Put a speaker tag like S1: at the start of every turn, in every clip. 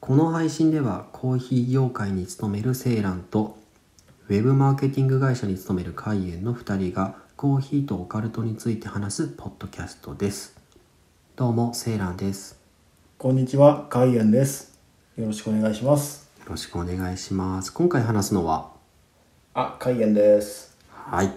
S1: この配信ではコーヒー業界に勤めるセイランとウェブマーケティング会社に勤めるカイエンの2人がコーヒーとオカルトについて話すポッドキャストですどうもセイランです
S2: こんにちは、カイエンです。よろしくお願いします。
S1: よろしくお願いします今回話すのは
S2: あ、カイエンです。
S1: はい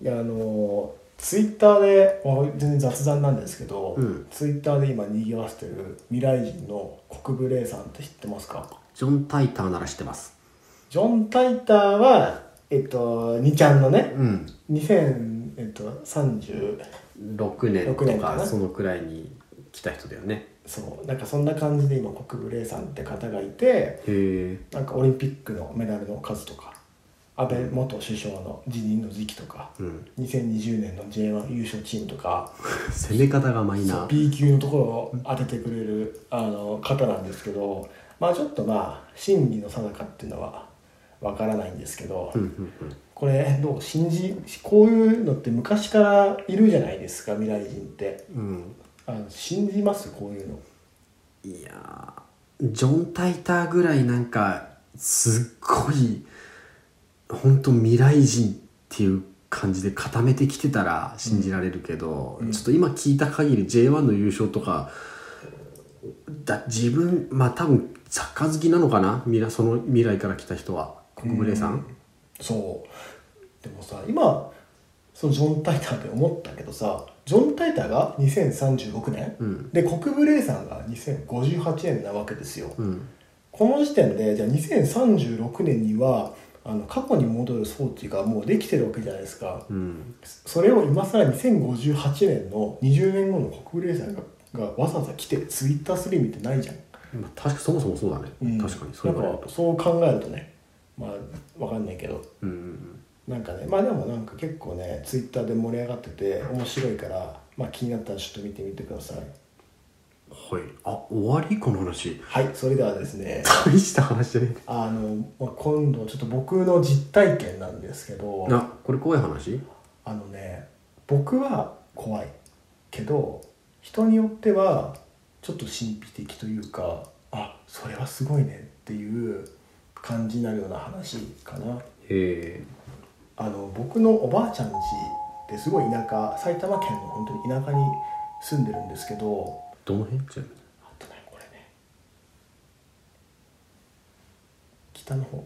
S2: いや、あのツイッターで、もう全然雑談なんですけど、
S1: うん
S2: ツイッターで今賑わせてる未来人の国ブレイさんって知ってますか
S1: ジョン・タイターなら知ってます
S2: ジョン・タイターは、えっと、2ちゃんのね、
S1: うん
S2: 2000、えっと、30、
S1: 6年
S2: 6
S1: と
S2: 年か
S1: か
S2: な
S1: そのくらいに来た人だよね
S2: そう、なんかそんな感じで今国ブレイさんって方がいて、
S1: へえ
S2: なんかオリンピックのメダルの数とか、安倍元首相の辞任の時期とか、
S1: うん
S2: 2020年の J1 優勝チーム とか
S1: 攻め方がマイナー
S2: B 級のところを当ててくれるあの方なんですけどまあちょっとまあ真偽の定かっていうのはわからないんですけど、
S1: うんうんうん
S2: これどう信じこういうのって昔からいるじゃないですか未来人って
S1: うん
S2: あの信じますこういうの
S1: いやージョン・タイターぐらいなんかすっごい本当未来人っていう感じで固めてきてたら信じられるけど、
S2: うん
S1: ちょっと今聞いた限り J1 の優勝とかだ自分まあ多分サッカー好きなのかな未来その未来から来た人は国村さん、
S2: そうでもさ今そのジョン・タイターって思ったけどさジョン・タイターが2036年、
S1: うん
S2: で国ブレイさんが2058年なわけですよ、
S1: うん
S2: この時点でじゃあ2036年にはあの過去に戻る装置がもうできてるわけじゃないですか
S1: うん
S2: それを今更2058年の20年後の国連さんががわざわざ来てツイッターする意味ってないじゃん、
S1: まあ、確かそもそもそうだね、
S2: うん
S1: 確かにそう言われ
S2: な
S1: る
S2: んか
S1: と
S2: そう考えるとねまあわかんないけど
S1: うんうん
S2: なんかねまあでもなんか結構ねツイッターで盛り上がってて面白いから、まあ、気になったらちょっと見てみてください
S1: うんはいあ終わりこの話
S2: はいそれではですね
S1: 大した話じゃねえ
S2: あの、まあ、今度ちょっと僕の実体験なんですけど
S1: なこれ怖い話
S2: あのね僕は怖いけど人によってはちょっと神秘的というかあそれはすごいねっていう感じになるような話かな
S1: へ
S2: あの僕のおばあちゃん家ってすごい田舎埼玉県の本当に田舎に住んでるんですけど
S1: えどの辺じゃ
S2: あとねこれね北の方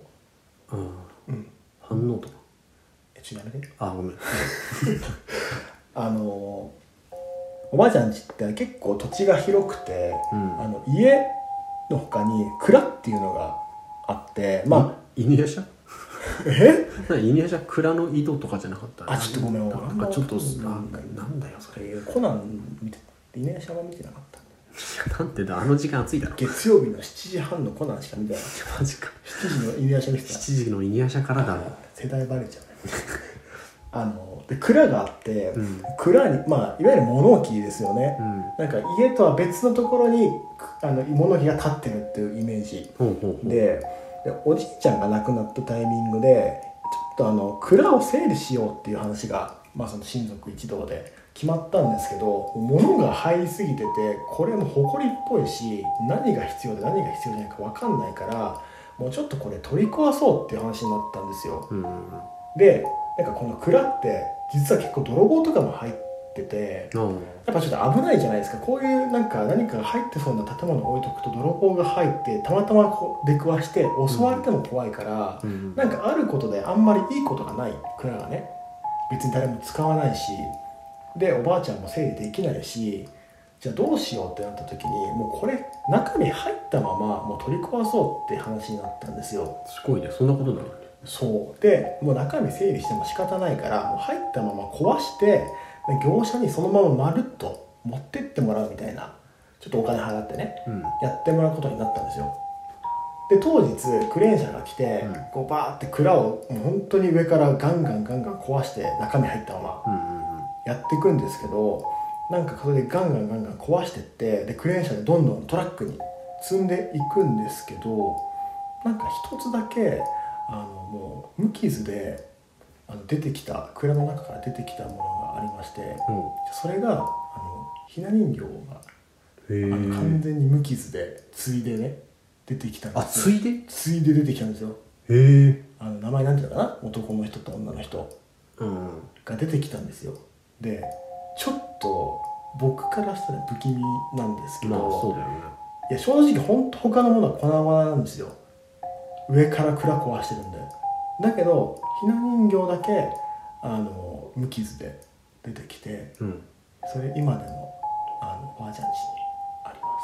S1: あ
S2: うん
S1: 反応とか
S2: えちょっとやめて
S1: あごめん
S2: あのおばあちゃん家って結構土地が広くて、
S1: うん
S2: あの家の他に蔵っていうのがあってま
S1: あ犬屋舎
S2: あえ
S1: な犬屋舎蔵の井戸とかじゃなかった
S2: あちょっとごめん
S1: ななんかちょっと
S2: 俺あ
S1: なんん
S2: ま
S1: か
S2: り
S1: なんだよそれい
S2: コナン見て犬屋シャは見てなかった
S1: やなんてだあの時間暑いだろ
S2: 月曜日の7時半のコナンしか見てなかっ
S1: マジか
S2: た7時の犬屋シャ見てた
S1: 7時の犬屋舎からだろ
S2: 世代バレちゃうね あので蔵があって、
S1: うん
S2: 蔵にまあいわゆる物置ですよね
S1: う、ん
S2: なんか家とは別のところにくあの物置が立ってるっていうイメージ
S1: ほうほうほう
S2: ででおじいちゃんが亡くなったタイミングでちょっとあの蔵を整理しようっていう話が、まあ、その親族一同で決まったんですけど物が入りすぎててこれも埃っぽいし何が必要で何が必要じゃないか分かんないからもうちょっとこれ取り壊そうっていう話になったんですよ。
S1: うん
S2: でなんかこの蔵って実は結構泥棒とかも入ってて。
S1: うん
S2: やっぱちょっと危ないじゃないですかこういうなんか何かが入ってそうな建物を置いとくと泥棒が入ってたまたまこう出くわして襲われても怖いから、
S1: うん
S2: なんかあることであんまりいいことがない蔵がね別に誰も使わないしでおばあちゃんも整理できないしじゃあどうしようってなった時にもうこれ中に入ったままもう取り壊そうって話になったんですよ。
S1: すごいねそんなことない
S2: そうでもう中身整理しても仕方ないからもう入ったまま壊してで業者にそのまままるっと持ってってもらうみたいなちょっとお金払ってね
S1: うん
S2: やってもらうことになったんですよで当日クレーン車が来て、
S1: うん
S2: こうバーって蔵をもう本当に上からガンガンガンガン壊して中身入ったまま
S1: うん
S2: やっていくんですけどなんかそれでガンガンガンガン壊してってでクレーン車でどんどんトラックに積んでいくんですけどなんか一つだけあのもう無傷であの出てきた蔵の中から出てきたものがありましてそれがあのひな人形があ
S1: うんうん
S2: の
S1: へ
S2: 完全に無傷で継いでね出てきたん
S1: あ
S2: です
S1: つ
S2: よ
S1: いでへ
S2: ついで出てきたんですよ
S1: え
S2: あの名前なんていうのかな男の人と女の人
S1: うん
S2: が出てきたんですよでちょっと僕からしたら不気味なんですけど、
S1: まあそうだよね
S2: いや正直ほんと他のものは粉々なんですよ上から蔵壊してるんでだけどひな人形だけあの無傷で出てきて
S1: うん
S2: それ今でもあのおばあちゃん家にありま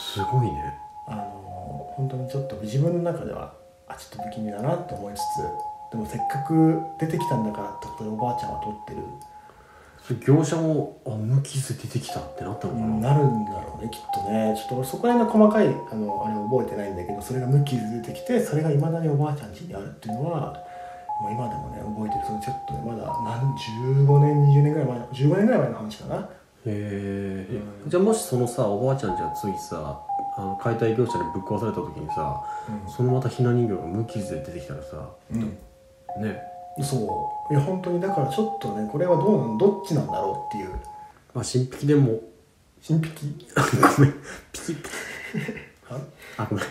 S2: す
S1: すごいね
S2: あの本当にちょっと自分の中ではあちょっと不気味だなと思いつつでもせっかく出てきたんだからってことでおばあちゃんは取ってる
S1: それ業者もあ無傷出てきたってなったのかな、
S2: なるんだろうねきっとねちょっと俺そこら辺の細かいあのあれ覚えてないんだけどそれが無傷出てきてそれがいまだにおばあちゃん家にあるっていうのはもう今でもね覚えてるそのちょっとねまだ何15年20年ぐらい前の15年ぐらい前の話かな
S1: へえ、
S2: うん
S1: じゃあもしそのさおばあちゃんじゃあ次さあの解体業者にぶっ壊された時にさそのまたひな人形が無傷で出てきたらさ
S2: うん、
S1: ね
S2: そういや本当にだからちょっとねこれはどうなんどっちなんだろうっていう
S1: まあ神秘でも
S2: 神秘
S1: ごめんピ キピキ
S2: あ
S1: あごめん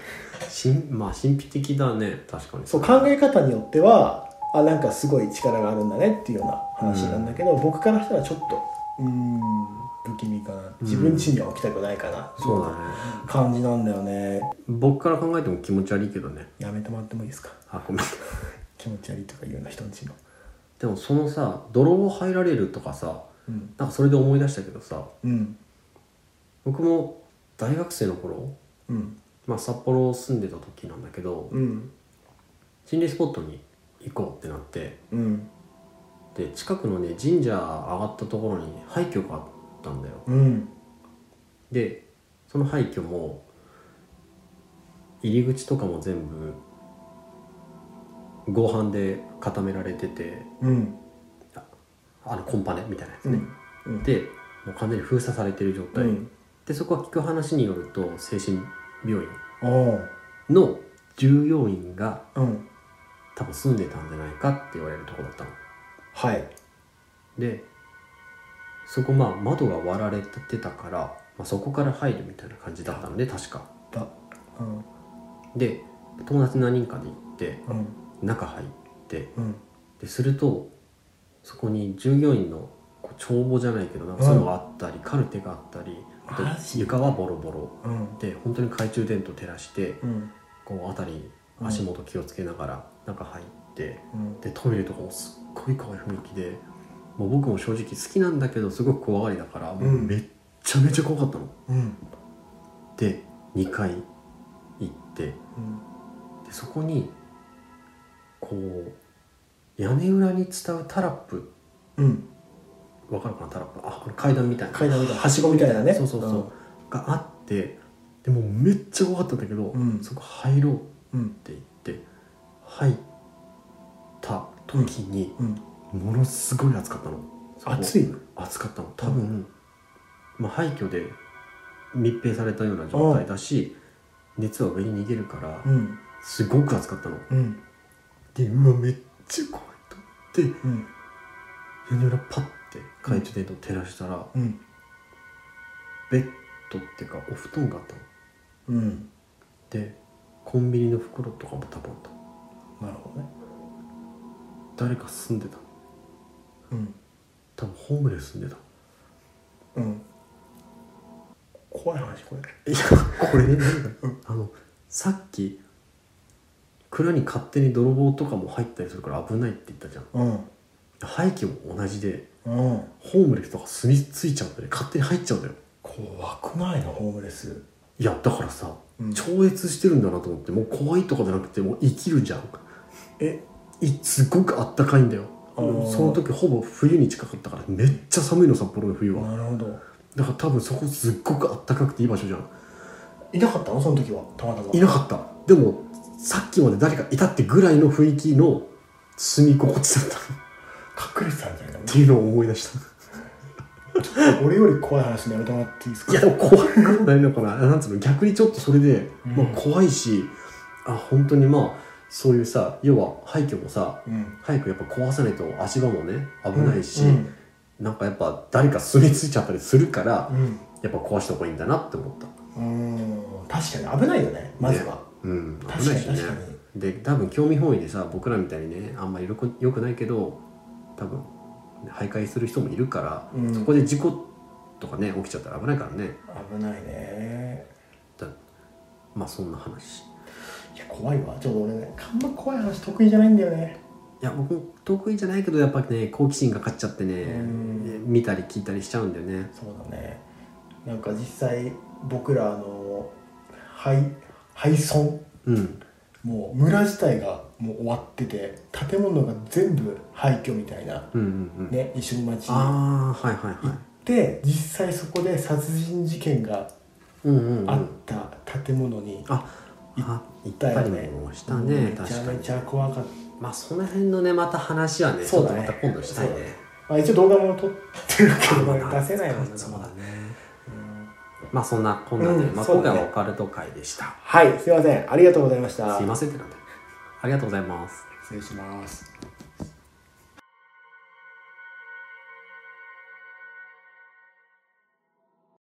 S1: 神まあ神秘的だね確かに
S2: そう考え方によってはあなんかすごい力があるんだねっていうような話なんだけど、僕からしたらちょっとうーん不気味かな自分ちには置きたくないかな、
S1: そうだね
S2: 感じなんだよね
S1: 僕から考えても気持ち悪いけどね
S2: やめてもらってもいいですか
S1: あごめん
S2: 気持ち悪いとか言うような人んちの
S1: でもそのさ泥棒入られるとかさ
S2: うん
S1: なんかそれで思い出したけどさ
S2: うん
S1: 僕も大学生の頃、
S2: うん
S1: まあ、札幌住んでた時なんだけど、
S2: うん
S1: 心霊スポットに行こうってなって
S2: うん
S1: で近くのね神社上がったところに廃墟があったんだよ
S2: うん
S1: でその廃墟も入り口とかも全部合板で固められてて
S2: うん
S1: あのコンパネみたいなやつ
S2: うんう
S1: ね、
S2: んうん
S1: でもう完全に封鎖されてる状態、でそこは聞く話によると精神病院
S2: おー
S1: の従業員が
S2: うん
S1: 多分住んでたんじゃないかって言われるとこだったの
S2: はい
S1: でそこまあ窓が割られてたから、まあ、そこから入るみたいな感じだったので確か
S2: だうん
S1: で友達何人かで行って
S2: うん
S1: 中入って
S2: うん
S1: でするとそこに従業員のこう帳簿じゃないけどなんかそういうのがあったり、カルテがあったりあと
S2: マジ
S1: 床はボロボロ
S2: うん
S1: で本当に懐中電灯照らして
S2: うん
S1: こう辺り足元気をつけながら中入って
S2: うん
S1: でトイレとかもすっごい怖い雰囲気でもう僕も正直好きなんだけどすごく怖がりだから、もううんめっちゃめちゃ怖かったの。
S2: うん
S1: で2回行ってでそこにこう屋根裏に伝うタラップ
S2: うん
S1: わかるかなタラップあこの階段みたいな
S2: 階段みたいなはしごみたいなね
S1: そうそうそう、があってでもうめっちゃ怖かったんだけど、
S2: うん
S1: そこ入ろうっ
S2: うん
S1: て言って入った時に
S2: うん
S1: ものすごい暑かったの
S2: 暑
S1: い
S2: い
S1: 暑かったの多分、まあ、廃墟で密閉されたような状態だし熱は上に逃げるから
S2: うん
S1: すごく暑かったの
S2: うん
S1: でうわめっちゃ怖いと思って
S2: うん
S1: 屋根裏パッて懐中電灯照らしたら、
S2: うん
S1: ベッドっていうかお布団があったの
S2: うん
S1: でコンビニの袋とかも多分あった
S2: なるほどね
S1: 誰か住んでたの
S2: うん
S1: 多分ホームレス住んでたの
S2: うん怖い話これ
S1: いやこれねなんかあのさっき蔵に勝手に泥棒とかも入ったりするから危ないって言ったじゃん
S2: うん
S1: 廃墟も同じで
S2: うん
S1: ホームレスとか住み着いちゃうんだよね勝手に入っちゃうんだよ
S2: 怖くないのホームレス
S1: いやだからさ、
S2: うん
S1: 超越してるんだなと思ってもう怖いとかじゃなくてもう生きるじゃん
S2: え
S1: いすごくあったかいんだよ
S2: あー
S1: その時ほぼ冬に近かったからめっちゃ寒いの札幌の冬は、
S2: なるほど
S1: だから多分そこすっごくあったかくていい場所じゃん
S2: いなかったのその時はたまたま
S1: いなかったでもさっきまで誰かいたってぐらいの雰囲気の住み心地だったっ
S2: 隠れてたんじゃない
S1: ていうのを思い出した
S2: か俺より怖い話のやめてもらっていいですか
S1: いやでも怖くないのかな なんつうの逆にちょっとそれで、
S2: うん
S1: まあ、怖いしあ本当にまあそういうさ要は廃墟もさ
S2: うん
S1: 早くやっぱ壊さないと足場もね危ないし、
S2: うん
S1: なんかやっぱ誰か住み着いちゃったりするから、
S2: うん
S1: やっぱ壊した方がいいんだなって思った
S2: うん確かに危ないよねまずは、
S1: うん
S2: 確かに
S1: 危ないしね
S2: 確かに
S1: で多分興味本位でさ僕らみたいにねあんまりよくよくないけど多分徘徊する人もいるから、
S2: うん
S1: そこで事故とかね起きちゃったら危ないからね
S2: 危ないね
S1: だまあそんな話い
S2: いや怖いわちょっと俺ねあんま怖い話得意じゃないんだよね
S1: や僕も得意じゃないけどやっぱね好奇心が勝っちゃってね、
S2: うん
S1: 見たり聞いたりしちゃうんだよね
S2: そうだねなんか実際僕らあの廃廃村
S1: うん
S2: もう村自体がもう終わってて建物が全部廃墟みたいな、
S1: うんうんうん、
S2: ね、一緒に町に行っ
S1: ああはいはいはい
S2: て実際そこで殺人事件が
S1: うんうん、うん、
S2: あった建物に
S1: ああ行ったりもしたね
S2: めち
S1: 確
S2: ゃ
S1: か
S2: め
S1: に
S2: ちゃ怖かった、
S1: まあその辺のねまた話はね
S2: そうだ
S1: ちょ
S2: ね
S1: っとまた今度したいね
S2: そうだねまあ、一応動画も撮ってるけ
S1: ま
S2: ど
S1: あ
S2: 出せないもんな
S1: そうだね
S2: うん
S1: まあそんなこんなで、
S2: うん
S1: まあ、
S2: そ
S1: 今
S2: うだ
S1: 回
S2: ね
S1: はオカルト会でした、
S2: はいすいませんありがとうございました
S1: すいませんってなんだありがとうございます
S2: 失礼します